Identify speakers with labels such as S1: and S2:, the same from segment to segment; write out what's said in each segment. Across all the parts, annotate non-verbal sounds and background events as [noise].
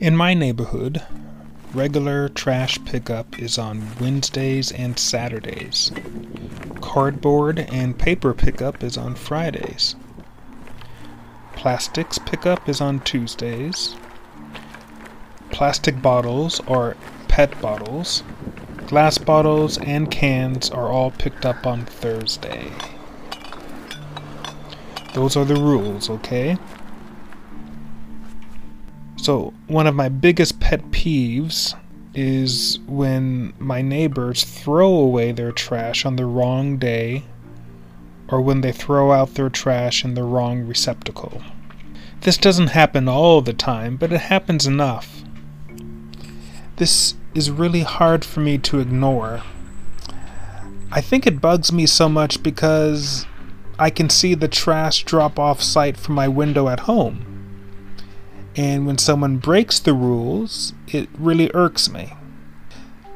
S1: In my neighborhood, regular trash pickup is on Wednesdays and Saturdays. Cardboard and paper pickup is on Fridays. Plastics pickup is on Tuesdays. Plastic bottles or PET bottles, glass bottles, and cans are all picked up on Thursday. Those are the rules, okay? So, one of my biggest pet peeves is when my neighbors throw away their trash on the wrong day or when they throw out their trash in the wrong receptacle. This doesn't happen all the time, but it happens enough. This is really hard for me to ignore. I think it bugs me so much because I can see the trash drop off site from my window at home. And when someone breaks the rules, it really irks me.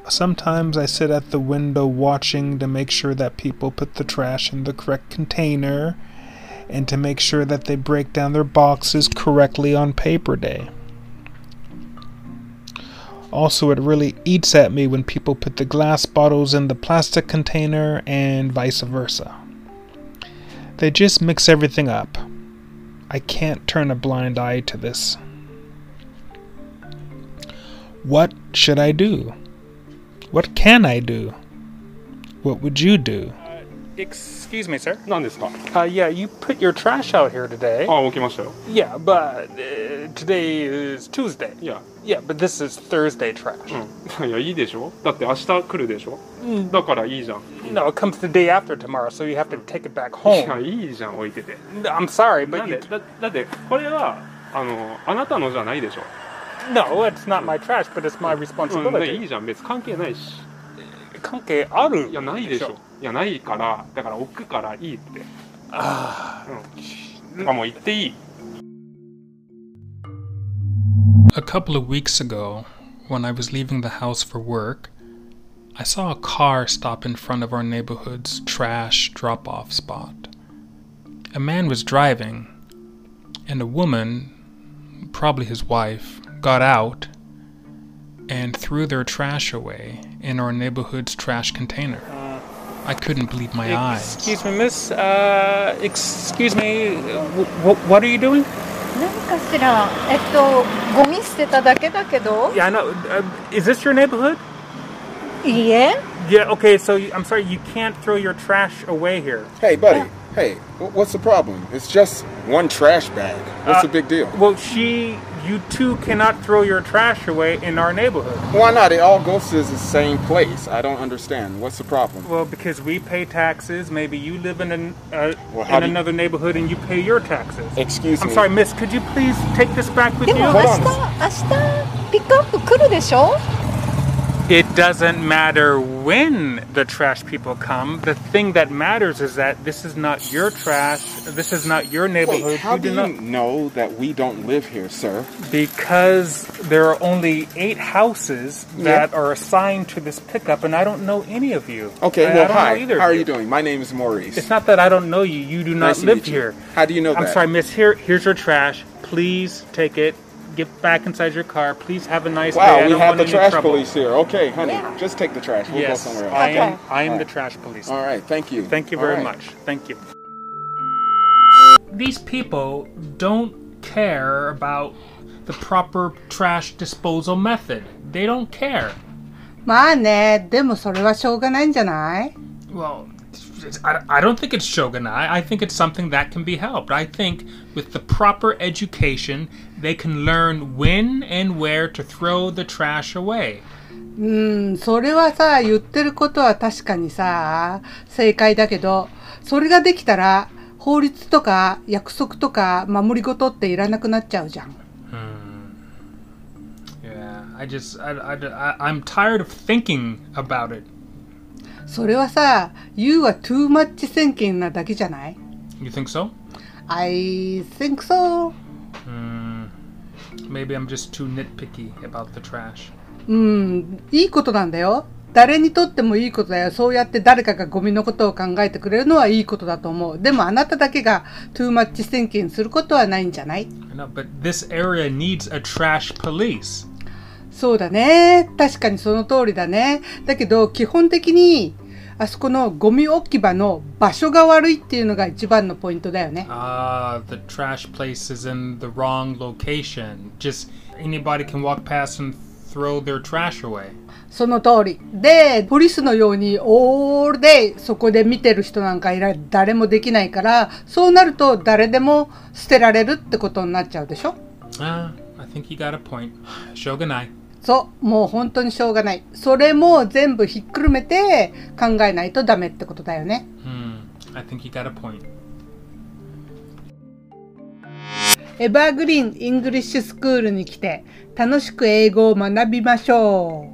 S1: Sometimes I sit at the window watching to make sure that people put the trash in the correct container and to make sure that they break down their boxes correctly on paper day. Also, it really eats at me when people put the glass bottles in the plastic container and vice versa. They just mix everything up. I can't turn a blind eye to this. What should I do? What can I do? What would you do? Excuse me, sir.
S2: 何ですか
S1: Uh, yeah, you put your trash out here today.
S3: Oh,
S2: ああ、起きましたよ。
S1: Yeah, but uh, today is Tuesday.
S2: いや、
S1: Yeah, but this is Thursday trash.
S2: うん。いや、いいでしょだって明日来るでしょだからいいじゃん。
S1: No, it comes the day after tomorrow, so you have to take it back
S2: いや、
S1: home.
S2: いいじゃん、置いてて。
S1: I'm sorry,
S2: な
S1: but
S2: んで
S1: you,
S2: だだって、これは、あの、あなたのじゃないでしょ。
S1: no, it's not my trash, but it's my
S2: うん、ね
S1: responsibility.
S2: いいじゃん、別に関係ないし。
S1: 関係ある
S2: いや、ないでしょ。いや、ないから、だから置くからいいって。ああ。うん。あ、もう言っていい。
S1: A couple of weeks ago, when I was leaving the house for work, I saw a car stop in front of our neighborhood's trash drop off spot. A man was driving, and a woman, probably his wife, got out and threw their trash away in our neighborhood's trash container. I couldn't believe my eyes.
S3: Excuse me, miss. Uh, excuse me. W- what are you doing?
S4: 何かしらえっとゴミ捨てただけだけど
S3: Yeah, I know. Uh, is this your neighborhood?
S4: いいえ
S3: Yeah, okay, so you, I'm sorry, you can't throw your trash away here.
S5: Hey, buddy. Hey, wh- what's the problem? It's just one trash bag. What's
S3: Uh,
S5: the big deal?
S3: Well, she, you too cannot throw your trash away in our neighborhood.
S5: Why not? It all goes to the same place. I don't understand. What's the problem?
S3: Well, because we pay taxes, maybe you live in, an, uh,
S5: Well, how
S3: in
S5: do you-
S3: another neighborhood and you pay your taxes.
S5: Excuse
S3: I'm
S5: me.
S3: sorry, miss, could you please take this back with
S4: で
S3: you?
S4: も明日明日ピックアップ来るでしょ
S3: It doesn't matter when the trash people come. The thing that matters is that this is not your trash. This is not your neighborhood.
S5: Wait, how
S3: You
S5: do
S3: do
S5: you
S3: not-
S5: know that we don't live here, sir?
S3: Because there are only eight houses that are assigned to this pickup, and I don't know any of you.
S5: Okay,
S3: I, I
S5: well,
S3: don't
S5: hi.
S3: Know either of
S5: how are you doing? My name is Maurice.
S3: It's not that I don't know you. You do not
S5: Nice to
S3: live
S5: meet you.
S3: here.
S5: How do you know
S3: I'm
S5: that?
S3: sorry, miss. Here, here's your trash. Please take it. Get back inside your car. Please have a nice day.
S5: Wow,
S3: I
S5: we
S3: don't
S5: have
S3: want
S5: the
S3: any
S5: trash
S3: trouble.
S5: police here. Okay, honey,
S4: Yeah.
S5: just take the trash. We'll
S3: Yes,
S5: go somewhere
S3: I
S5: else.
S3: am.
S4: Okay.
S3: I am the
S5: Alright.
S3: trash police.
S5: All right, thank you.
S3: Thank you
S5: All
S3: very
S5: right.
S3: much. Thank you. These people don't care about the proper trash disposal method. They don't care.
S6: まあね、でもそれはしょうがないんじゃない
S1: Well, it's- I I don't think it's shogunai. I think it's something that can be helped. I think with the proper education, they can learn when and where to throw the trash away.
S6: うん、それはさ、言ってることは確かにさ、正解だけど、それができたら、法律とか約束とか守り事っていらなくなっちゃうじゃん。
S1: Yeah, I just, I, I, I, am tired of thinking about it.
S6: それはさ、You は too much thinking なだけじゃない
S1: You think so?
S6: ?I think so.
S1: Maybe I'm just too nitpicky about the trash.
S6: うん、いいことなんだよ。誰にとってもいいことだよ。そうやって誰かがゴミのことを考えてくれるのはいいことだと思う。でもあなただけが too much thinking することはないんじゃない
S3: No, but this area needs a trash police.
S6: そうだね。確かにその通りだね。だけど、基本的に、あそこのゴミ置き場の場所が悪いっていうのが一番のポイントだよね。
S3: Ah, the trash place is in the wrong location. Just anybody can walk past and throw their trash away.
S6: その通り。で、ポリスのように、オールでそこで見てる人なんかいら、誰もできないから、そうなると誰でも捨てられるってことになっちゃうでしょ
S3: Ah, I think you got a point. [sighs] Shogunai.
S6: そう、もう本当にしょうがない。それも全部ひっくるめて考えないとダメってことだよね。
S3: Hmm, I think you got a point.
S6: エバーグリーン・イングリッシュスクールに来て楽しく英語を学びましょう。